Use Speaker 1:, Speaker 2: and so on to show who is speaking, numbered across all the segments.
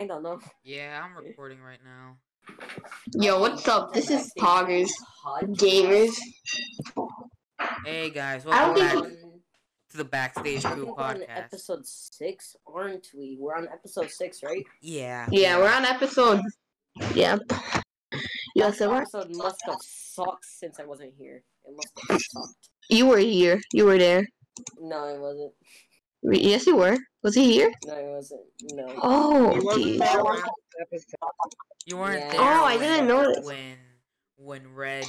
Speaker 1: I don't know.
Speaker 2: Yeah, I'm recording right now.
Speaker 3: Yo, what's up? This is Poggers Gamers.
Speaker 2: Hey guys,
Speaker 3: I
Speaker 2: welcome
Speaker 3: don't
Speaker 2: back
Speaker 3: think
Speaker 2: to the Backstage
Speaker 1: I
Speaker 2: Crew
Speaker 1: think we're on
Speaker 2: podcast.
Speaker 1: episode six, aren't we? We're on episode six, right?
Speaker 2: Yeah.
Speaker 3: Yeah, we're on episode. Yep. Yeah, so we're,
Speaker 1: episode must have sucked since I wasn't here. It must have sucked.
Speaker 3: you were here. You were there.
Speaker 1: No, it wasn't.
Speaker 3: Wait, Yes, you were. Was he here?
Speaker 1: No, it wasn't. No.
Speaker 3: Oh,
Speaker 4: You
Speaker 3: geez.
Speaker 4: wasn't there last episode.
Speaker 2: You weren't
Speaker 1: Yeah.
Speaker 2: there.
Speaker 3: Oh, I
Speaker 2: when-
Speaker 3: didn't notice.
Speaker 2: when when Red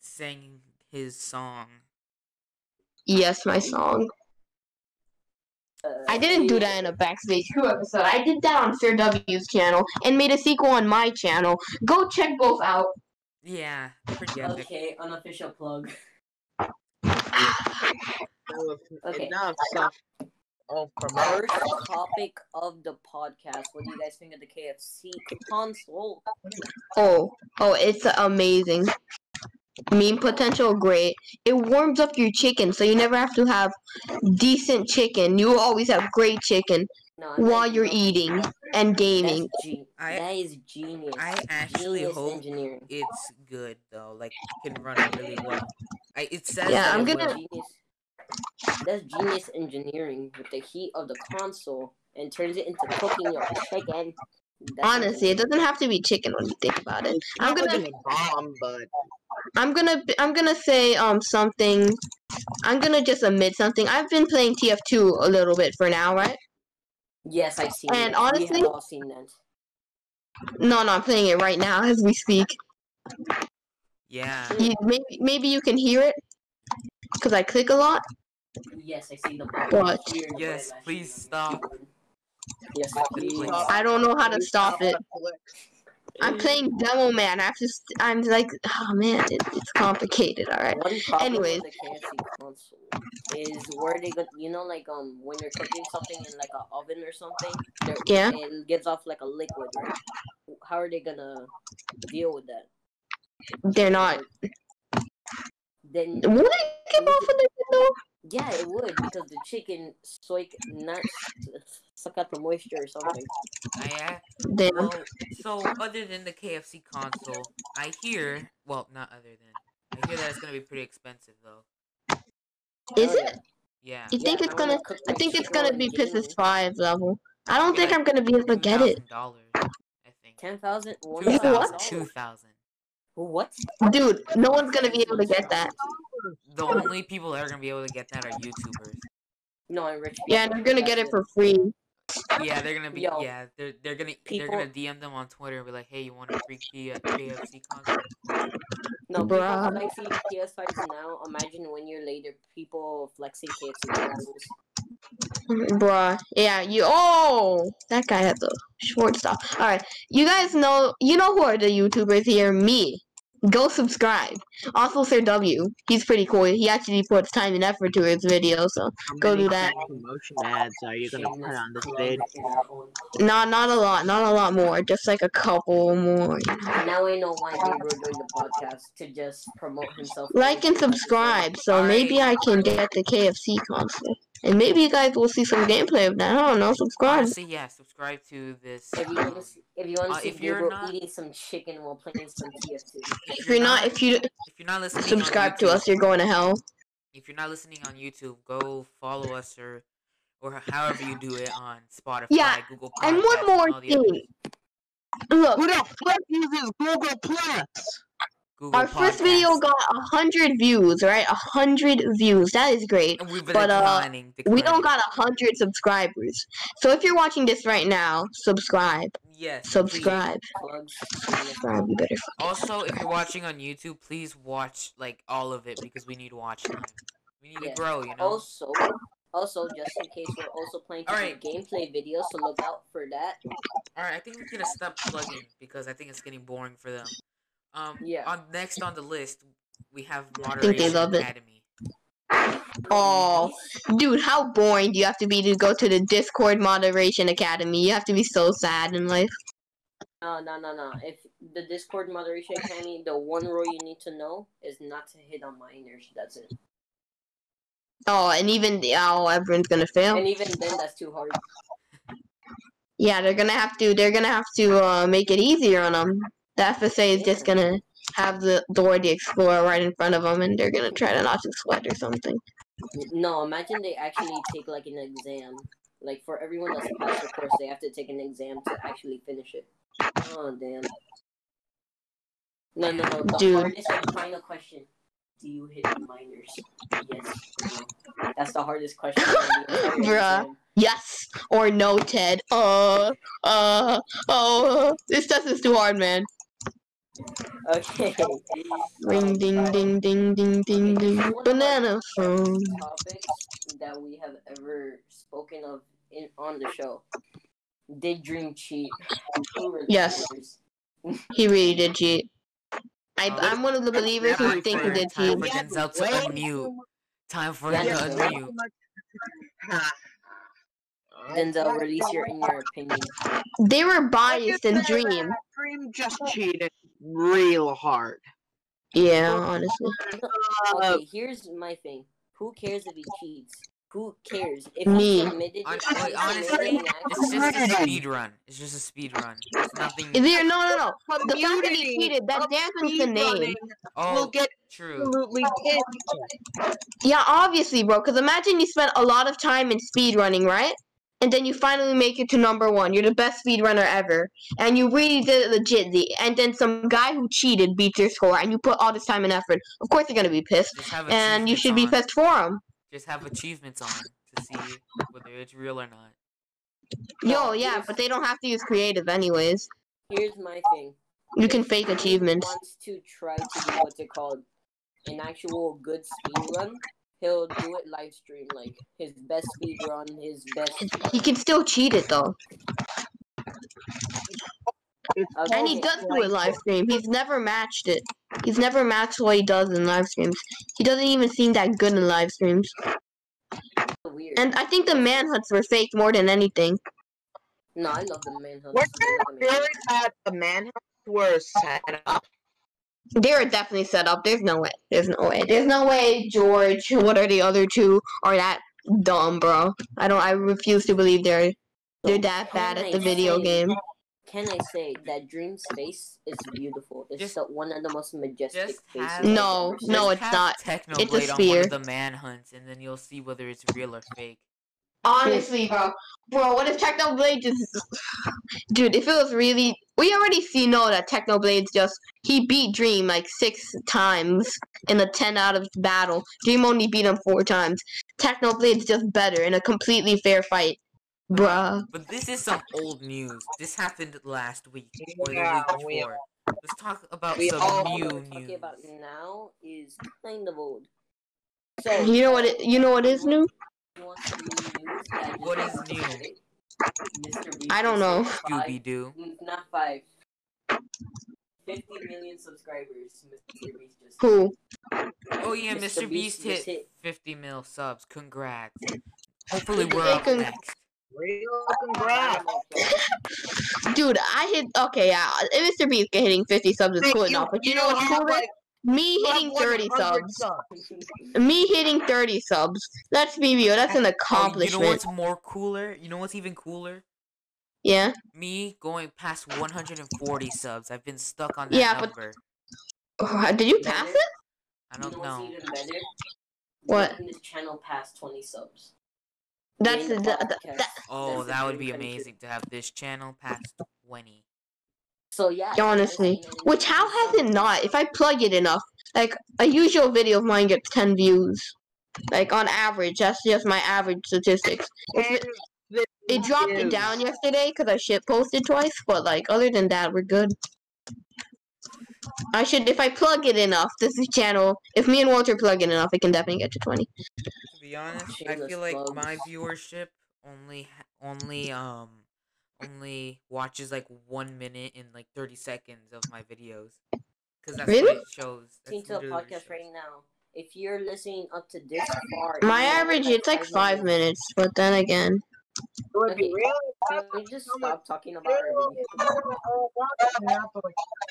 Speaker 2: sang his song.
Speaker 3: Yes, my song.
Speaker 1: Uh,
Speaker 3: Oh, I didn't do that in a Backstage Crew episode. I did that on Sir W's channel and made a sequel on my channel. Go check both out.
Speaker 2: Yeah, pretty epic.
Speaker 1: Okay, unofficial plug. Okay.
Speaker 4: Okay. Enough stuff. Oh, from our
Speaker 1: First topic of the podcast. What do you guys think of the KFC console?
Speaker 3: Oh, oh, it's amazing. Mean potential great. It warms up your chicken, so you never have to have decent chicken. You will always have great chicken
Speaker 1: No, I'm
Speaker 3: while
Speaker 1: not-
Speaker 3: you're eating and gaming.
Speaker 1: That's ge-
Speaker 2: I-
Speaker 1: that is genius.
Speaker 2: I actually
Speaker 1: genius
Speaker 2: hope
Speaker 1: engineering.
Speaker 2: it's good though. Like it can run really well. I, it says
Speaker 3: Yeah,
Speaker 2: that
Speaker 3: I'm
Speaker 2: it
Speaker 3: gonna-
Speaker 2: will.
Speaker 1: Genius. That's genius engineering with the heat of the console and turns it into cooking your chicken. That's
Speaker 3: Honestly, it
Speaker 1: amazing.
Speaker 3: doesn't have to be chicken when you think about it. I'm gonna,
Speaker 4: a bomb, but
Speaker 3: I'm gonna, I'm gonna say um something. I'm gonna just admit something. I've been playing TF2 a little bit for now, right?
Speaker 1: yes, I've seen.
Speaker 3: And
Speaker 1: it. We have
Speaker 3: honestly-
Speaker 1: all seen that.
Speaker 3: No, no, I'm playing it right now as we speak.
Speaker 2: Yeah.
Speaker 3: You, maybe, maybe you can hear it because I click a lot.
Speaker 1: Yes, I see the button.
Speaker 3: What?
Speaker 1: Here is
Speaker 2: Yes,
Speaker 1: what I
Speaker 2: please
Speaker 1: see.
Speaker 2: stop.
Speaker 1: Yes, please.
Speaker 2: Please.
Speaker 3: I don't know how to stop it.
Speaker 4: Netflix.
Speaker 3: I'm playing Demo Man. I have to. St- I'm like, oh man, it, it's complicated. All right.
Speaker 1: One problem
Speaker 3: Anyways.
Speaker 1: with the KFC console is where they go, you know, like um, when you're cooking something in like a oven or something, there-
Speaker 3: Yeah.
Speaker 1: it gives off like a liquid, right? How are they gonna deal with that?
Speaker 3: They're not.
Speaker 1: Then
Speaker 3: Would it give off a liquid though?
Speaker 1: yeah, it would because the chicken soak not s- suck out the moisture or something.
Speaker 2: I ac-
Speaker 3: Damn.
Speaker 2: well, so other than the KFC console, I hear well not other than I hear that it's gonna be pretty expensive though.
Speaker 3: Is
Speaker 1: Oh,
Speaker 3: it?
Speaker 2: Yeah.
Speaker 3: You think
Speaker 1: Yeah,
Speaker 3: it's
Speaker 1: I wanna
Speaker 3: gonna?
Speaker 1: cook
Speaker 3: I
Speaker 1: my
Speaker 3: think it's
Speaker 1: chicken
Speaker 3: gonna
Speaker 1: while
Speaker 3: be
Speaker 1: I'm gaming.
Speaker 3: Pisses Five level. I don't think I'm gonna be able to get it,
Speaker 2: Dollars, I think.
Speaker 1: Ten thousand. one
Speaker 2: Two thousand.
Speaker 1: thousand
Speaker 2: Two
Speaker 1: dollars.
Speaker 2: thousand.
Speaker 1: What?
Speaker 3: dude. No one's gonna be able to get that.
Speaker 2: The only people that are gonna be able to get that are YouTubers.
Speaker 1: No, I'm rich.
Speaker 3: Yeah, and they're gonna get it for free.
Speaker 2: Yeah, they're gonna be.
Speaker 1: Yo.
Speaker 2: yeah, they're they're gonna
Speaker 1: People-
Speaker 2: they're gonna DM them on Twitter and be like, "Hey, you want a free K- uh, KFC concert?"
Speaker 1: No, people
Speaker 3: Bruh.
Speaker 1: flexing PS5s now. Imagine one year later, people flexing KFC consoles.
Speaker 3: Mm-hmm. Bruh. Yeah, you. Oh, that guy had the short stop. All right, you guys know. You know who are the YouTubers here? Me. Go subscribe. Also, Sir W. He's pretty cool. He actually puts time and effort to his videos. So,
Speaker 4: How
Speaker 3: Go
Speaker 4: many
Speaker 3: do that.
Speaker 4: Promotion ads are you gonna put on this vid?
Speaker 3: not not a lot. Not a lot more. Just like a couple more.
Speaker 1: Now I know why we were doing the podcast to just promote himself.
Speaker 3: Like and subscribe. So maybe I can get the KFC console, and maybe you guys will see some gameplay of that. I don't know. Subscribe.
Speaker 2: Honestly, yeah, subscribe to this.
Speaker 1: If you
Speaker 2: um,
Speaker 1: want to see, if you want
Speaker 2: Uh,
Speaker 1: to see
Speaker 2: if you're
Speaker 1: Gabriel
Speaker 2: not-
Speaker 1: eating some chicken while playing some PS2,
Speaker 3: If you're not, if you
Speaker 2: if you're not listening, on
Speaker 3: subscribe to
Speaker 2: YouTube-
Speaker 3: us, you're going to hell.
Speaker 2: If you're not listening on YouTube, go follow us or or however you do it on Spotify,
Speaker 3: Yeah,
Speaker 2: Google.
Speaker 3: and one
Speaker 2: Podcasts,
Speaker 3: more
Speaker 2: all the other-
Speaker 3: thing. Look,
Speaker 4: Who the fuck uses Google Plus?
Speaker 2: Google
Speaker 3: Our first video
Speaker 2: Podcasts.
Speaker 3: got a hundred views, right? A hundred views. That is great.
Speaker 2: And we've been
Speaker 3: but, uh,
Speaker 2: declining,
Speaker 3: We don't
Speaker 2: declining.
Speaker 3: got a hundred subscribers. So if you're watching this right now, subscribe.
Speaker 2: Yes. please.
Speaker 3: Subscribe.
Speaker 1: plugs.
Speaker 3: Subscribe. You better
Speaker 2: Also, if you're watching on YouTube, please watch like all of it because we need watch time. We need
Speaker 1: Yeah.
Speaker 2: to grow, you know.
Speaker 1: Also, also just in case we're also playing some
Speaker 2: Alright.
Speaker 1: gameplay videos, so look out for that.
Speaker 2: All right, I think we're gonna stop plugging because I think it's getting boring for them. Um,
Speaker 1: Yeah.
Speaker 2: On next on the list, we have
Speaker 3: they
Speaker 2: Moderation
Speaker 3: love it.
Speaker 2: Academy.
Speaker 3: Oh, dude, how boring do you have to be to go to the Discord Moderation Academy? You have to be so sad in life.
Speaker 1: No, no, no, no. If the Discord moderation academy, the one rule you need to know is not to hit on minors. That's it.
Speaker 3: Oh, and even oh, everyone's gonna fail.
Speaker 1: And even then, that's too hard.
Speaker 3: Yeah, they're gonna have to. They're gonna have to uh, make it easier on them. The FSA is just gonna have the Dora the Explorer right in front of them, and they're gonna try to not to sweat or something.
Speaker 1: No, imagine they actually take like an exam. Like for everyone that's passed the course, they have to take an exam to actually finish it. Oh damn. No, no, no. The
Speaker 3: Dude.
Speaker 1: hardest and final question: Do you hit the minors? Yes. Or no? That's the hardest question. on the entire
Speaker 3: Bruh.
Speaker 1: exam.
Speaker 3: Yes or no, Ted? Uh, uh, oh, this test is too hard, man.
Speaker 1: Okay.
Speaker 3: Ring, ding, ding, ding, ding, ding, ding. Banana phone.
Speaker 1: Topics that we have ever spoken of in on the show. Did dream cheat? Who remembers?
Speaker 3: Yes. He really did cheat. I,
Speaker 2: Um,
Speaker 3: I'm one of the believers who
Speaker 2: Time
Speaker 3: think he
Speaker 2: for-
Speaker 3: did cheat.
Speaker 2: Time for Denzel to
Speaker 4: Wait.
Speaker 2: unmute. Time for
Speaker 1: Yeah,
Speaker 2: him to
Speaker 1: Denzel.
Speaker 2: unmute.
Speaker 1: Denzel, release your in your opinion.
Speaker 3: They were
Speaker 4: I just
Speaker 3: biased in
Speaker 4: said that
Speaker 3: Dream.
Speaker 4: Dream just cheated real hard.
Speaker 3: Yeah, honestly.
Speaker 4: Uh,
Speaker 1: Okay, here's my thing. Who cares if he cheats? Who cares if
Speaker 3: Me.
Speaker 1: he submitted?
Speaker 2: Hon-
Speaker 1: if he
Speaker 2: wait, honestly,
Speaker 1: submitted an
Speaker 2: It's
Speaker 1: actual-
Speaker 2: just a
Speaker 4: Murdered.
Speaker 2: speed run. It's just a speed run. It's nothing.
Speaker 3: Is there no, no, no? The fact that
Speaker 4: Community
Speaker 3: he cheated that dampens the
Speaker 4: speed
Speaker 3: name.
Speaker 4: running will
Speaker 2: Oh,
Speaker 4: get
Speaker 2: true.
Speaker 4: absolutely pinned.
Speaker 3: Yeah, obviously, bro. Because imagine you spent a lot of time in speedrunning, right? And then you finally make it to number one. You're the best speedrunner ever, and you really did it legitly. And then some guy who cheated beats your score, and you put all this time and effort. Of course, you're gonna be pissed,
Speaker 2: Just have
Speaker 3: and you
Speaker 2: achievements
Speaker 3: should be
Speaker 2: on.
Speaker 3: pissed for him.
Speaker 2: Just have achievements on to see whether it's real or not.
Speaker 3: Yo, yeah, but they don't have to use creative anyways.
Speaker 1: Here's my thing.
Speaker 3: You can
Speaker 1: If
Speaker 3: fake
Speaker 1: he
Speaker 3: achievements.
Speaker 1: Wants to try to do what's it called an actual good speed run. He'll do it live stream, like his best speed run, his best.
Speaker 3: He can still cheat it though,
Speaker 4: It's
Speaker 1: Okay.
Speaker 3: and he
Speaker 4: called
Speaker 3: does do it
Speaker 4: like-
Speaker 3: live stream. He's never matched it. He's never matched what he does in live streams. He doesn't even seem that good in live streams.
Speaker 1: Weird.
Speaker 3: And I think the manhunts were fake more than anything.
Speaker 1: no, I love the manhunt.
Speaker 4: We're gonna really that the manhunts were set up.
Speaker 3: They were definitely set up. There's no way. There's no way. There's no way George, what are the other two, are that dumb, bro. I don't I refuse to believe they're they're that bad at the video game.
Speaker 1: Can I say that Dream's face is beautiful? It's
Speaker 2: Just-
Speaker 1: the, one of the most majestic
Speaker 2: just
Speaker 1: faces.
Speaker 2: have-
Speaker 1: I've
Speaker 3: No,
Speaker 1: ever seen.
Speaker 3: no,
Speaker 2: Just
Speaker 3: it's
Speaker 2: have
Speaker 3: not.
Speaker 2: Technoblade
Speaker 3: It's a
Speaker 2: on one
Speaker 3: spear.
Speaker 2: of the manhunts, and then you'll see whether it's real or fake.
Speaker 3: Honestly, bro. Bro, what if Technoblade just Dude, if it was really we already see know that Technoblade's just he beat Dream like six times in a ten out of battle. Dream only beat him four times. Technoblade's just better in a completely fair fight. Bruh.
Speaker 2: But this is some old news. This happened last week or
Speaker 4: Yeah,
Speaker 2: the week
Speaker 4: we-
Speaker 2: before. Let's talk about
Speaker 4: we
Speaker 2: some
Speaker 4: all-
Speaker 2: new
Speaker 1: we're talking
Speaker 2: news.
Speaker 1: about now is kind of old. So uh,
Speaker 3: You know what it you know what is new?
Speaker 1: you want some new news? Yeah, just-
Speaker 2: What is new?
Speaker 1: Mr. Beast
Speaker 3: I don't
Speaker 1: is
Speaker 3: know.
Speaker 1: five-
Speaker 2: Scooby Doo.
Speaker 1: mm, Not five. 50 million subscribers. Mr. Beast just
Speaker 3: Who?
Speaker 2: Oh yeah, Mr. Beast,
Speaker 1: just
Speaker 2: hit, 50 mil subs. Congrats. Hopefully we're up
Speaker 3: Con-
Speaker 2: next.
Speaker 4: Real
Speaker 1: I
Speaker 4: congrats.
Speaker 1: don't know if y'all-
Speaker 3: Dude, I hit okay, yeah. if Mr. Beast hitting fifty subs is cool
Speaker 4: You-
Speaker 3: enough, but you know what's
Speaker 4: have,
Speaker 3: cooler?
Speaker 4: like,
Speaker 3: Me hitting thirty
Speaker 4: 100
Speaker 3: subs. Me hitting thirty subs. Let's be real, that's
Speaker 2: Oh,
Speaker 3: an
Speaker 2: you know
Speaker 3: accomplishment.
Speaker 2: what's more cooler? You know what's even cooler?
Speaker 3: Yeah.
Speaker 2: Me going past 140 subs. I've been stuck on that
Speaker 3: Yeah, but-
Speaker 2: number.
Speaker 3: Oh, did you pass it?
Speaker 2: I
Speaker 1: You
Speaker 2: don't
Speaker 1: know what's
Speaker 2: know.
Speaker 1: even better?
Speaker 3: What?
Speaker 1: Making This channel past 20 subs.
Speaker 3: That's
Speaker 1: Making the
Speaker 3: that, that,
Speaker 1: podcast.
Speaker 3: that
Speaker 2: Oh,
Speaker 1: That's
Speaker 2: that would
Speaker 1: even
Speaker 2: be
Speaker 1: better, too.
Speaker 2: amazing to have this channel past 20.
Speaker 1: So yeah.
Speaker 3: Honestly, which how has it not? If I plug it enough, like a usual video of mine gets ten views, like on average. That's just my average statistics. It's- It dropped it down yesterday because I shit posted twice, but like other than that, we're good. I should if I plug it enough. This is channel. If me and Walter plug it enough, it can definitely get to twenty.
Speaker 2: To be honest, I
Speaker 1: Shameless
Speaker 2: feel like
Speaker 1: plug.
Speaker 2: my viewership only ha- only um only watches like 1 minute and like 30 seconds of my videos. Cuz that's what
Speaker 3: Really?
Speaker 2: it shows. That's
Speaker 1: listening to the
Speaker 2: literally what it
Speaker 1: podcast
Speaker 2: shows.
Speaker 1: right now, if you're listening up to this far,
Speaker 3: My
Speaker 1: you know,
Speaker 3: average it's like five minutes, but then again,
Speaker 4: It would be real.
Speaker 1: Can we just stop talking about our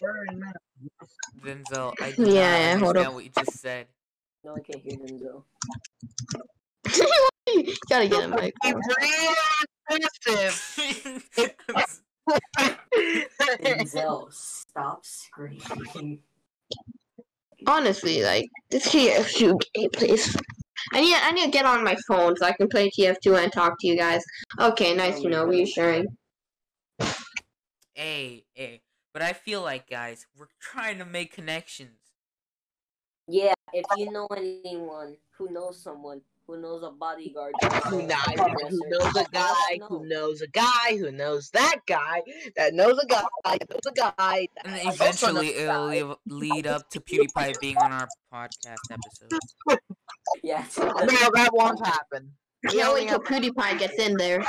Speaker 1: video?
Speaker 2: Denzel, I do
Speaker 3: Yeah,
Speaker 2: not
Speaker 3: yeah, hold up.
Speaker 2: understand what you just said.
Speaker 1: No one can hear them though.
Speaker 3: you gotta get a mic.
Speaker 4: Be aggressive.
Speaker 1: Denzel, stop screaming.
Speaker 3: Honestly, like this TF2 gameplays. I need I need to get on my phone so I can play TF2 and talk to you guys. Okay, nice. You know, reassuring.
Speaker 2: hey, hey. But I feel like, guys, we're trying to make connections.
Speaker 1: Yeah, if you know anyone who knows someone who knows a bodyguard,
Speaker 4: Who
Speaker 1: who
Speaker 4: knows who knows a guy who knows a guy who knows that guy that knows a guy that knows a guy that
Speaker 2: And
Speaker 4: also knows
Speaker 2: eventually,
Speaker 4: a
Speaker 2: it'll
Speaker 4: guy.
Speaker 2: leave- lead up to PewDiePie being on our podcast episode.
Speaker 1: Yeah,
Speaker 4: No, that won't happen.
Speaker 3: Can't wait till PewDiePie gets in there.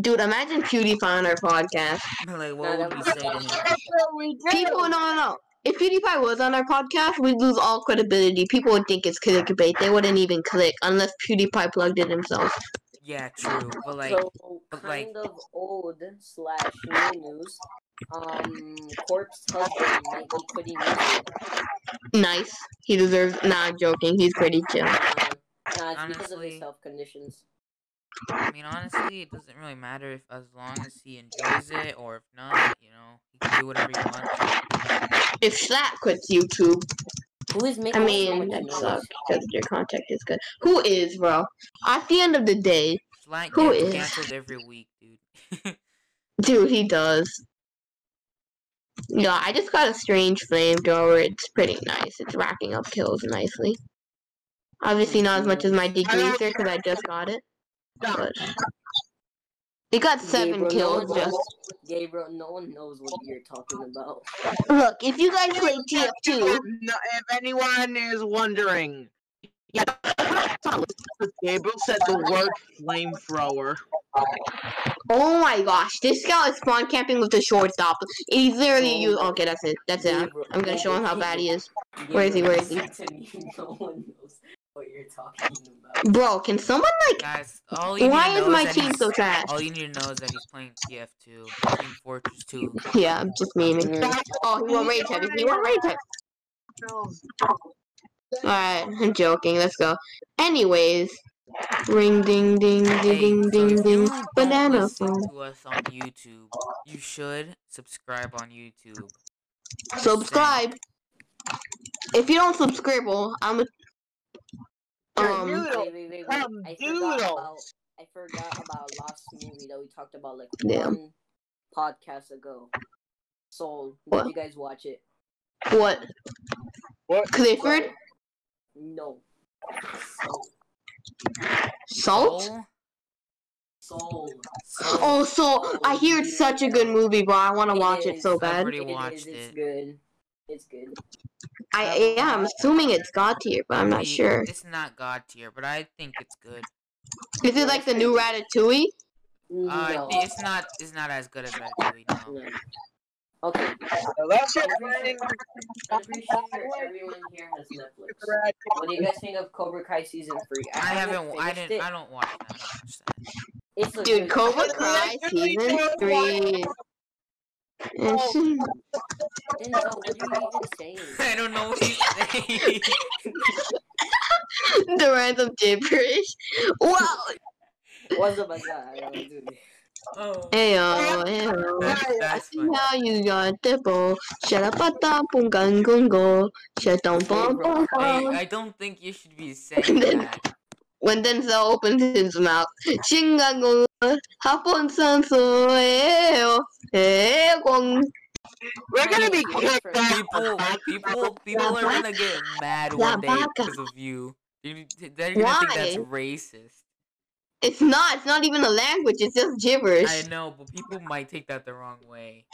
Speaker 3: Dude, imagine PewDiePie on our podcast.
Speaker 2: like,
Speaker 1: No,
Speaker 2: what
Speaker 1: that
Speaker 2: would we
Speaker 1: was-
Speaker 2: say to him?
Speaker 3: People, no, no, no. If PewDiePie was on our podcast, we'd lose all credibility. People would think it's clickbait. They wouldn't even click unless PewDiePie plugged it himself.
Speaker 2: Yeah, true. But like,
Speaker 1: so
Speaker 2: but like-
Speaker 1: kind of old slash new news. Um, corpse husband might be um, quitting music.
Speaker 3: Nice. He deserves. Nah, I'm joking. He's pretty chill.
Speaker 1: Um, nah, it's because of
Speaker 2: Honestly.
Speaker 1: his health conditions.
Speaker 2: I mean, honestly, it doesn't really matter if as long as he enjoys it or if not. You know, he can do whatever he wants.
Speaker 3: If Slap quits YouTube,
Speaker 1: Who is
Speaker 3: I
Speaker 1: making? so
Speaker 3: mean,
Speaker 1: much
Speaker 3: that
Speaker 1: noise?
Speaker 3: sucks because their contact is good. Who is, bro? At the end of the day,
Speaker 2: Flat
Speaker 3: Who
Speaker 2: gets
Speaker 3: is-
Speaker 2: canceled every week, dude.
Speaker 3: dude, he does. Yeah, I just got a strange flamethrower. It's pretty nice. It's racking up kills nicely. Obviously, not as much as my degreaser because I just got it. But it got seven
Speaker 1: Gabriel,
Speaker 3: kills.
Speaker 1: No one
Speaker 3: Just
Speaker 1: knows, Gabriel, no one knows what you're talking about.
Speaker 3: look, if you guys play
Speaker 4: If
Speaker 3: TF2,
Speaker 4: anyone is wondering, yeah, Gabriel said the word flamethrower.
Speaker 3: oh my gosh, this guy is spawn camping with the shortstop. He's literally you. Okay, that's it. That's it. I'm- I'm gonna show him how bad he is. Where is he? Where is he?
Speaker 1: To me, no one knows what you're talking about.
Speaker 3: Bro, can someone like?
Speaker 2: Guys, all you
Speaker 3: Why
Speaker 2: need to
Speaker 3: is
Speaker 2: know
Speaker 3: my
Speaker 2: that
Speaker 3: team
Speaker 2: he's-
Speaker 3: so trash?
Speaker 2: All you need to know is that he's playing TF2, Team Fortress 2.
Speaker 3: Yeah, I'm just memeing. Oh, he won't rage heavy. He won't rage heavy. Alright, I'm joking. Let's go. Anyways. Ring ding ding
Speaker 2: Hey,
Speaker 3: ding ding
Speaker 2: so if
Speaker 3: ding
Speaker 2: you
Speaker 3: ding.
Speaker 2: don't
Speaker 3: Banana
Speaker 2: listen
Speaker 3: phone.
Speaker 2: to us on YouTube. You should subscribe on YouTube.
Speaker 3: Subscribe. If you don't subscribe, well, I'm a um
Speaker 4: Noodle.
Speaker 1: Wait, wait, wait, wait.
Speaker 4: Come
Speaker 1: I forgot about
Speaker 4: doodles.
Speaker 1: I forgot about last movie that we talked about like
Speaker 3: Yeah.
Speaker 1: one podcast ago. Soul. Did
Speaker 3: What?
Speaker 1: you guys watch it?
Speaker 3: what?
Speaker 4: What?
Speaker 3: Clifford?
Speaker 1: No. Soul.
Speaker 3: Salt?
Speaker 2: Soul?
Speaker 1: Soul.
Speaker 3: Oh Salt. I hear it's such a good movie, bro. I wanna watch it so
Speaker 1: is.
Speaker 3: bad.
Speaker 2: Everybody
Speaker 1: it is,
Speaker 2: watched
Speaker 1: it's
Speaker 2: it. Uh,
Speaker 1: good. It's good.
Speaker 3: I yeah, I'm assuming it's God tier, but I'm not
Speaker 2: It-
Speaker 3: sure.
Speaker 2: It's not god tier, but I think it's good.
Speaker 3: Is it like the new Ratatouille?
Speaker 1: No.
Speaker 2: Uh, it- it's not. It's not as good as Ratatouille. No.
Speaker 1: no. Okay.
Speaker 4: That's your
Speaker 1: I'm pretty sure everyone here has Netflix. What do you guys think of Cobra Kai season three?
Speaker 2: I haven't. I
Speaker 1: finished
Speaker 2: didn't.
Speaker 1: It.
Speaker 2: I don't watch that. I don't watch that.
Speaker 1: It's a
Speaker 3: Dude,
Speaker 1: good-
Speaker 3: Cobra Kai season three. is-
Speaker 1: Denzel, what are you even saying?
Speaker 2: I don't know what you say.
Speaker 3: the random gibberish. Wow.
Speaker 1: What's up, my guy? I don't do this.
Speaker 2: oh,
Speaker 3: Ayo, ayo.
Speaker 2: that's, that's funny.
Speaker 3: Now you got the ball. Shut up, pata, pungan, gungo. Shut down, bum, bum,
Speaker 2: I,
Speaker 3: bum.
Speaker 2: I don't think you should be saying that.
Speaker 3: When Denzel opens his mouth, chingango, hapon sanso, ayo, ayo, eh, oh, gong.
Speaker 4: We're gonna be kicked out.
Speaker 2: People, people, people are gonna get mad one day because of you. You- They're gonna think that's
Speaker 3: Why?
Speaker 2: racist.
Speaker 3: It's not, it's not even a language, it's just gibberish.
Speaker 2: I know, but people might take that the wrong way.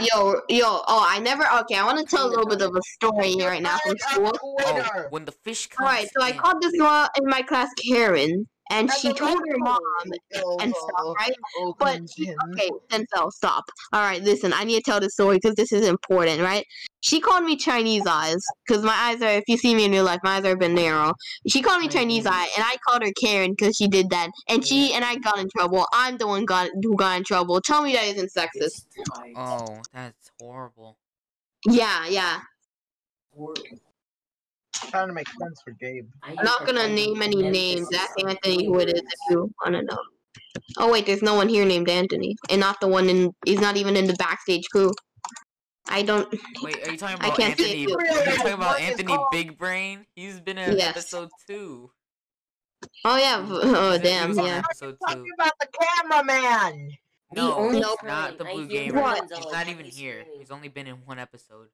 Speaker 3: Yo, yo, oh, I never, okay, I want to tell a little bit of a story here right now from school.
Speaker 2: Oh, when the fish comes
Speaker 3: Alright, so I
Speaker 2: in,
Speaker 3: called this girl in my class Karen, and she told her mom and
Speaker 4: Oh.
Speaker 3: stuff, right? But she, okay, then so stop. All right, listen, I need to tell this story because this is important, right? She called me Chinese eyes because my eyes are. If you see me in real life, my eyes are a bit narrow. She called me Chinese eye, and I called her Karen because she did that, and she and I got in trouble. I'm the one got who got in trouble. Tell me that isn't sexist.
Speaker 1: It's like
Speaker 3: um,
Speaker 2: Oh, that's horrible.
Speaker 3: Yeah, yeah.
Speaker 1: horrible.
Speaker 4: Trying to make sense for Gabe.
Speaker 1: I'm
Speaker 3: I'm not gonna name any names. Ask Anthony who it is if you wanna know. Oh wait, there's no one here named Anthony, and not the one in. He's not even in the backstage crew. I don't.
Speaker 2: Wait, are you talking
Speaker 3: I
Speaker 2: about
Speaker 3: can't see
Speaker 2: Anthony?
Speaker 3: it.
Speaker 2: Are you talking about
Speaker 4: What is
Speaker 2: Anthony
Speaker 4: called-
Speaker 2: Big Brain? He's been in
Speaker 3: Yes.
Speaker 2: episode two.
Speaker 3: Oh yeah. v- Oh
Speaker 2: He's in- he
Speaker 3: damn.
Speaker 2: was on
Speaker 3: Yeah.
Speaker 2: Episode two.
Speaker 4: Talking about the cameraman.
Speaker 1: The
Speaker 2: No,
Speaker 1: only
Speaker 2: it's
Speaker 1: time
Speaker 2: not the
Speaker 1: I
Speaker 2: blue
Speaker 1: hear
Speaker 2: gamer.
Speaker 1: What?
Speaker 2: He's
Speaker 1: Gonzalez
Speaker 2: not even
Speaker 1: is
Speaker 2: here.
Speaker 1: screaming.
Speaker 2: He's only been in one episode.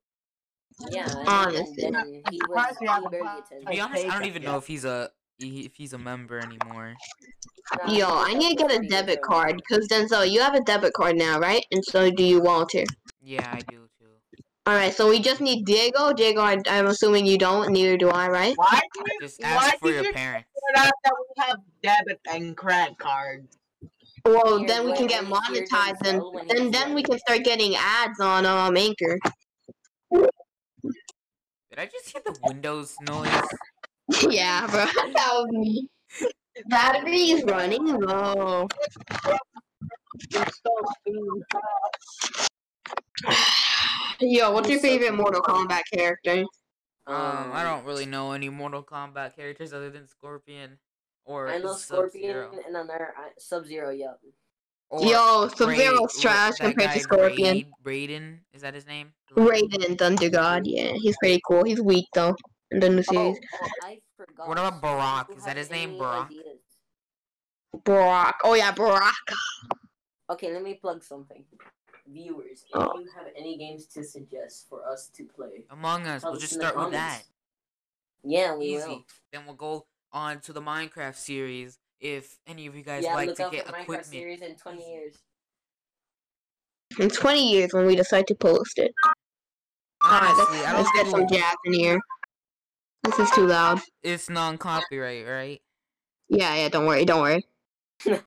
Speaker 1: Yeah, and
Speaker 3: Honestly.
Speaker 1: even then, he was
Speaker 4: Surprised
Speaker 1: he
Speaker 4: we haven't
Speaker 1: barely
Speaker 4: watched
Speaker 2: To be
Speaker 1: attended.
Speaker 4: it.
Speaker 2: honest, I don't
Speaker 4: Jacob,
Speaker 2: even
Speaker 4: yeah.
Speaker 2: know if he's a he- if he's a member anymore.
Speaker 1: Nah,
Speaker 3: Yo, I
Speaker 1: Jacob
Speaker 3: need to
Speaker 1: was
Speaker 3: get a
Speaker 1: pretty
Speaker 3: debit
Speaker 1: determined.
Speaker 3: card, cause Denzel, you have a debit card now, right? And so do you, Walter.
Speaker 2: Yeah, I do too.
Speaker 3: All right, so we just need Diego. Diego, I, I'm assuming you don't. Neither do I, right?
Speaker 4: Why do you
Speaker 2: Just
Speaker 4: Why
Speaker 2: ask for
Speaker 4: did
Speaker 2: your
Speaker 4: you-
Speaker 2: parents.
Speaker 4: point out that we have debit and credit cards?
Speaker 3: Well,
Speaker 1: Here,
Speaker 3: Oh, then we
Speaker 1: wait,
Speaker 3: can
Speaker 1: let
Speaker 3: get
Speaker 1: me hear
Speaker 3: monetized, and
Speaker 1: Denzel when he
Speaker 3: then
Speaker 1: was
Speaker 3: then we
Speaker 1: younger.
Speaker 3: can start getting ads on um Anchor.
Speaker 2: Did I just hear the windows noise?
Speaker 3: yeah, bro, that was me. Battery is running low.
Speaker 4: It's so stupid.
Speaker 3: Yo, what's
Speaker 1: I'm
Speaker 3: your
Speaker 1: so
Speaker 3: favorite Mortal Kombat character?
Speaker 2: Um, I don't really know any Mortal Kombat characters other than Scorpion or
Speaker 1: I know Scorpion
Speaker 2: Sub-Zero.
Speaker 1: and another uh, Sub Zero. Yep.
Speaker 2: Or
Speaker 3: Yo, Sub
Speaker 2: Raid-
Speaker 3: Zero's
Speaker 2: what-
Speaker 3: trash
Speaker 2: that
Speaker 3: compared to
Speaker 2: guy
Speaker 3: Scorpion.
Speaker 2: Raid, Raiden, is that his name?
Speaker 3: Raiden and Thunder God, yeah, he's pretty cool. He's weak though in the new
Speaker 1: Oh, oh,
Speaker 3: series.
Speaker 1: I forgot.
Speaker 2: What about
Speaker 1: Do you
Speaker 2: Barack? Is that
Speaker 1: have
Speaker 2: his name,
Speaker 1: any
Speaker 2: Barack?
Speaker 1: ideas?
Speaker 3: Brock. Oh yeah, Brock.
Speaker 1: Okay, let me plug something. Viewers, if
Speaker 3: Oh.
Speaker 1: you have any games to suggest for us to play,
Speaker 2: Among Us.
Speaker 1: tell
Speaker 2: We'll
Speaker 1: us Oh,
Speaker 2: just
Speaker 1: in the
Speaker 2: start with that.
Speaker 1: comments. Yeah, we will.
Speaker 2: Easy. Then we'll go on to the Minecraft series if any of you guys
Speaker 1: yeah,
Speaker 2: like
Speaker 1: look
Speaker 2: to
Speaker 1: out
Speaker 2: get
Speaker 1: for Minecraft
Speaker 2: equipment.
Speaker 1: series in 20 years.
Speaker 3: In 20 years when we decide to post it. Alright, let's,
Speaker 2: Honestly, I don't
Speaker 3: let's get
Speaker 2: think
Speaker 3: some
Speaker 2: we'll-
Speaker 3: jazz in here. This is too loud.
Speaker 2: it's non-copyright, right?
Speaker 3: Yeah, yeah, don't worry, don't worry. It's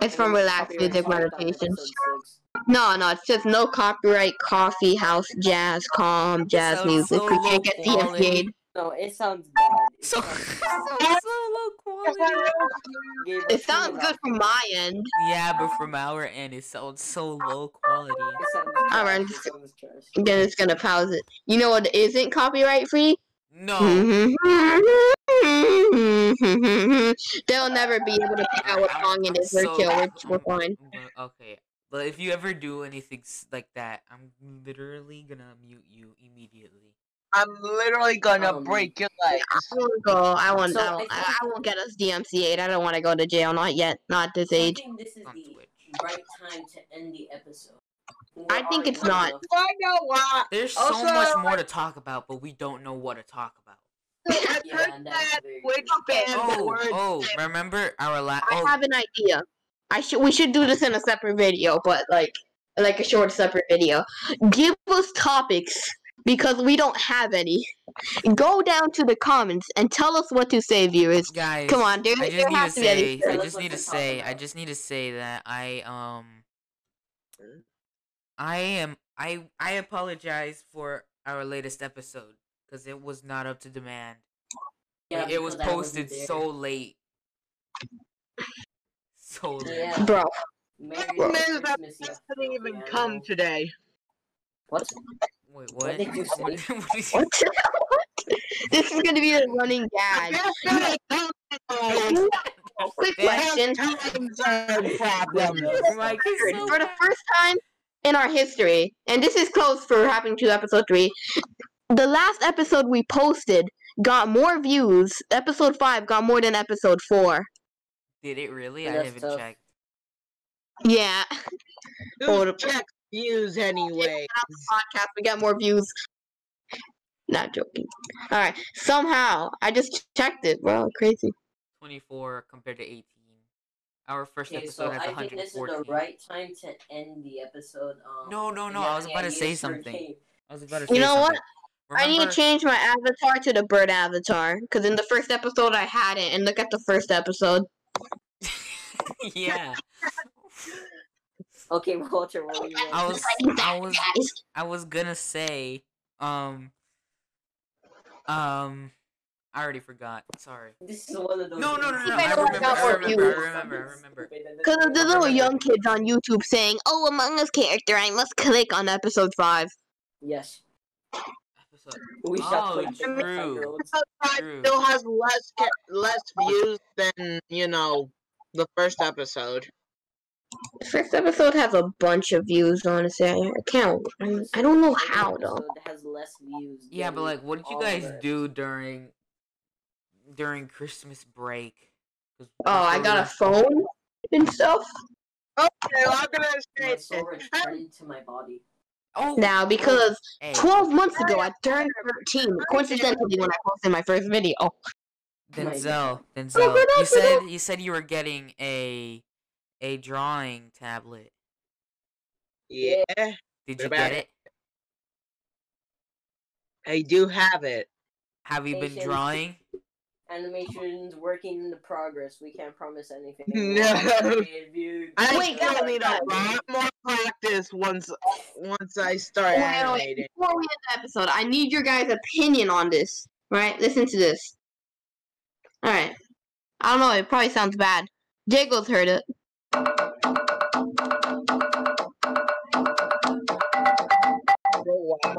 Speaker 1: And
Speaker 3: from
Speaker 1: then
Speaker 3: relaxed
Speaker 1: copyright
Speaker 3: music
Speaker 1: Minecraft
Speaker 3: meditation.
Speaker 1: episode six.
Speaker 3: No, no, it says no copyright, coffee house, jazz, calm, jazz
Speaker 2: sounds
Speaker 3: music.
Speaker 2: so
Speaker 3: We can't get
Speaker 2: low quality.
Speaker 3: DMCA'd.
Speaker 1: No, it sounds bad. It
Speaker 2: So, so,
Speaker 1: sounds
Speaker 2: so low quality.
Speaker 1: Gabe, turn
Speaker 3: It sounds
Speaker 1: off.
Speaker 3: good from my end.
Speaker 2: Yeah, but from our end, it sounds so low quality.
Speaker 1: It sounds
Speaker 3: All
Speaker 1: trash,
Speaker 3: right.
Speaker 1: it sounds trash.
Speaker 3: Then it's gonna pause it. You know what isn't copyright free? Hmm?
Speaker 2: No,
Speaker 3: They'll never be able to pick out what
Speaker 2: I'm-
Speaker 3: song it
Speaker 2: I'm
Speaker 3: is. We're
Speaker 2: so-
Speaker 3: chill. We're, we're
Speaker 2: I'm-
Speaker 3: fine.
Speaker 2: but- okay. But if you ever do anything s- like that, I'm literally gonna mute you immediately.
Speaker 4: I'm literally
Speaker 2: Oh,
Speaker 4: gonna
Speaker 1: Um,
Speaker 4: break your legs.
Speaker 3: I won't go. I won't.
Speaker 1: So,
Speaker 3: I, won't
Speaker 1: I
Speaker 3: I,
Speaker 1: think-
Speaker 3: I won't get us DMCA'd. I don't want to go to jail. Not yet. Not this
Speaker 1: I
Speaker 3: age.
Speaker 1: think this is
Speaker 2: on
Speaker 1: the
Speaker 2: Twitch.
Speaker 1: right time to end the episode. We're
Speaker 3: I think
Speaker 1: already
Speaker 3: it's
Speaker 1: long
Speaker 3: not.
Speaker 1: enough.
Speaker 4: I know why.
Speaker 2: There's
Speaker 4: Also,
Speaker 2: so much more to talk about, but we don't know what to talk about.
Speaker 4: I
Speaker 1: Yeah,
Speaker 4: heard
Speaker 1: and that's
Speaker 4: that
Speaker 1: very
Speaker 4: which
Speaker 3: Okay,
Speaker 4: band the
Speaker 2: Oh,
Speaker 4: word
Speaker 2: oh, remember our last.
Speaker 3: I
Speaker 2: Oh,
Speaker 3: have an idea. I should. We should do this in a separate video, but like, like a short separate video. Give us topics because we don't have any. Go down to the comments and tell us what to say, viewers.
Speaker 2: guys.
Speaker 3: Come on, there,
Speaker 2: I
Speaker 3: there
Speaker 2: just need to
Speaker 3: has to be any
Speaker 2: say, I
Speaker 1: Let's
Speaker 2: just
Speaker 1: let
Speaker 2: need to
Speaker 1: them talk
Speaker 2: say, I
Speaker 1: about it.
Speaker 2: just need to say that I um,
Speaker 3: Mm.
Speaker 2: I am, I I apologize for our latest episode because it was not up to demand.
Speaker 1: Yeah,
Speaker 2: it was
Speaker 1: because I wasn't
Speaker 2: posted
Speaker 1: there.
Speaker 2: so late, so late.
Speaker 1: Yeah.
Speaker 3: bro.
Speaker 1: Merry
Speaker 4: Well, man, that
Speaker 1: Christmas, you
Speaker 4: didn't even
Speaker 1: filthy
Speaker 4: come
Speaker 1: animal.
Speaker 4: today.
Speaker 1: What?
Speaker 2: Wait, what?
Speaker 1: What did you say?
Speaker 2: what did you-
Speaker 3: What? this is gonna be the running gag.
Speaker 4: Yes,
Speaker 3: Quick
Speaker 2: Yeah.
Speaker 3: question.
Speaker 4: times are problem.
Speaker 2: Mike is so
Speaker 3: For the
Speaker 2: bad.
Speaker 3: first time in our history, and this is close for happening to episode three, the last episode we posted got more views. Episode five got more than episode four.
Speaker 2: Did it really?
Speaker 1: Yeah,
Speaker 2: I
Speaker 1: that's
Speaker 2: haven't
Speaker 1: tough.
Speaker 2: checked.
Speaker 3: Yeah,
Speaker 4: Who checks views anyway?
Speaker 3: podcast we got more views. Not joking. All right. Somehow I just checked it, bro. Crazy.
Speaker 2: Twenty-four compared to eighteen. Our first
Speaker 1: Okay, so
Speaker 2: episode has
Speaker 1: I think this is the
Speaker 2: 114.
Speaker 1: right time to end the episode. Um,
Speaker 2: No, no,
Speaker 1: if
Speaker 2: no,
Speaker 1: you
Speaker 2: I
Speaker 1: have
Speaker 2: was
Speaker 1: any
Speaker 2: about to
Speaker 1: ideas
Speaker 2: say
Speaker 1: for
Speaker 2: something.
Speaker 1: Gabe-
Speaker 2: I was about to.
Speaker 3: You
Speaker 2: say
Speaker 3: know what?
Speaker 2: something.
Speaker 3: I need
Speaker 2: Remember-
Speaker 3: to change my avatar to the bird avatar because in the first episode I had it, and look at the first episode.
Speaker 2: yeah.
Speaker 1: Okay, Walter, what were you gonna
Speaker 2: I
Speaker 1: say?
Speaker 2: was I was
Speaker 3: Guys,
Speaker 2: I was gonna say um um I already forgot. Sorry.
Speaker 1: This is one of those.
Speaker 2: No, no, no,
Speaker 1: days.
Speaker 2: no,
Speaker 3: I remember, I remember,
Speaker 2: I remember, I remember.
Speaker 3: because of the little young kids on YouTube saying, "Oh, Among Us character, I must click on episode 5.
Speaker 1: Yes.
Speaker 2: So,
Speaker 1: We
Speaker 2: Oh,
Speaker 1: shot like
Speaker 2: Drew.
Speaker 1: 35-year-olds.
Speaker 4: Spotify
Speaker 2: True.
Speaker 4: still has less ca- less views than you know the first episode.
Speaker 3: First episode has a bunch of views on it. I I can't. I, Mm, I don't know
Speaker 1: Every
Speaker 3: how though.
Speaker 1: episode has less views.
Speaker 2: yeah, but
Speaker 1: than
Speaker 2: like, what did you
Speaker 1: all of
Speaker 2: guys
Speaker 1: us.
Speaker 2: do during during Christmas break? 'Cause
Speaker 3: Oh, I
Speaker 2: that's
Speaker 3: got a
Speaker 2: always-
Speaker 3: phone and stuff.
Speaker 4: Okay, well, I'm gonna say
Speaker 1: My
Speaker 4: this.
Speaker 1: soul returned to my body.
Speaker 2: Oh,
Speaker 3: Now
Speaker 2: oh,
Speaker 3: because
Speaker 2: hey,
Speaker 3: 12 months ago I turned 13. Coincidentally, when I posted my first video.
Speaker 2: Denzel,
Speaker 3: Oh,
Speaker 2: Denzel,
Speaker 3: but
Speaker 2: you
Speaker 3: that's what
Speaker 2: said you said you were getting a a drawing tablet.
Speaker 4: Yeah,
Speaker 2: Did
Speaker 4: What
Speaker 2: you
Speaker 4: about
Speaker 2: get
Speaker 4: it?
Speaker 2: it?
Speaker 4: I do have it.
Speaker 2: Have you been
Speaker 1: Patience.
Speaker 2: drawing?
Speaker 1: Animations working in the progress. We can't promise anything.
Speaker 4: No. I
Speaker 3: Wait,
Speaker 4: still
Speaker 3: guys,
Speaker 4: need
Speaker 3: guys.
Speaker 4: a lot more practice once once I start
Speaker 3: Wait, wait, wait.
Speaker 4: animating.
Speaker 3: Before we end the episode, I need your guys' opinion on this. Right? Listen to this. All right. I don't know. It probably sounds bad. Jiggles heard it.
Speaker 4: Go away.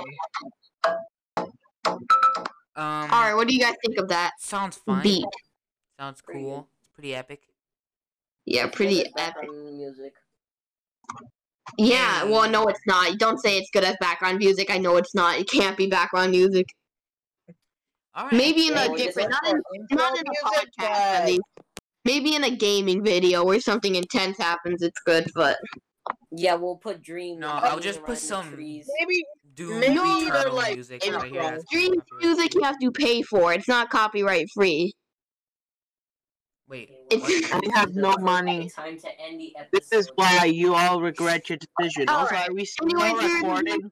Speaker 2: Um,
Speaker 3: All right. What do you guys think of that
Speaker 2: sounds fine.
Speaker 3: beat?
Speaker 2: Sounds
Speaker 1: Pretty
Speaker 2: cool. It's pretty epic.
Speaker 3: Yeah, pretty epic.
Speaker 1: Background music.
Speaker 3: Yeah, well, no, it's not. Don't say it's good as background music. I know it's not. It can't be background music.
Speaker 2: All right.
Speaker 3: Maybe in
Speaker 1: Yeah,
Speaker 3: a
Speaker 1: well,
Speaker 3: different,
Speaker 1: it's
Speaker 3: not in, not in a podcast. I mean, maybe in a gaming video where something intense happens, it's good. But
Speaker 1: Yeah, we'll put dream.
Speaker 2: No,
Speaker 1: like,
Speaker 2: I'll
Speaker 1: hanging
Speaker 2: just put
Speaker 1: around the
Speaker 2: some-
Speaker 1: trees.
Speaker 4: Maybe
Speaker 2: do
Speaker 4: maybe
Speaker 2: be
Speaker 4: they're,
Speaker 2: turtle
Speaker 4: like,
Speaker 2: music out here.
Speaker 4: intro.
Speaker 2: That's
Speaker 3: stream
Speaker 2: copyright
Speaker 3: music
Speaker 2: free.
Speaker 3: you have to pay for. It's not copyright free.
Speaker 2: Wait.
Speaker 1: Okay,
Speaker 3: It's-
Speaker 1: well,
Speaker 4: I have no
Speaker 1: perfect
Speaker 4: money.
Speaker 1: Time to end the episode.
Speaker 4: This is why you all regret your decision.
Speaker 3: All
Speaker 4: also,
Speaker 3: right.
Speaker 4: are we still
Speaker 3: Anyway, dude,
Speaker 4: recording?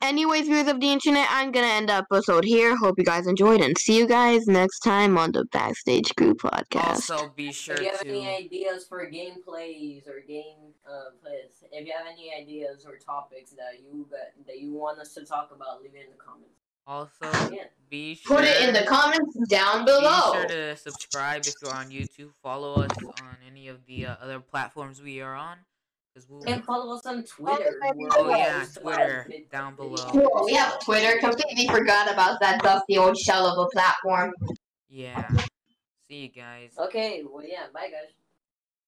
Speaker 3: Anyways, viewers of the internet, I'm gonna end the episode here. Hope you guys enjoyed and see you guys next time on the Backstage Crew podcast.
Speaker 2: Also, be sure
Speaker 1: if you have
Speaker 2: to.
Speaker 1: any ideas for gameplays or game uh, plays, if you have any ideas or topics that you got, that you want us to talk about, leave it in the comments.
Speaker 2: Also,
Speaker 1: Yeah.
Speaker 2: be sure.
Speaker 3: Put it in the comments down
Speaker 2: uh, Be
Speaker 3: below.
Speaker 2: sure to subscribe if you're on YouTube. Follow us on any of the uh, other platforms we are on. 'cause we'll-
Speaker 1: And follow us on Twitter.
Speaker 4: Oh,
Speaker 1: where
Speaker 2: oh
Speaker 1: we
Speaker 2: yeah,
Speaker 1: post about
Speaker 2: Twitter
Speaker 1: big-
Speaker 2: down below.
Speaker 3: Cool. We have Twitter. Completely forgot about that dusty old shell of a platform.
Speaker 2: Yeah. See you guys.
Speaker 1: Okay, well yeah, bye guys.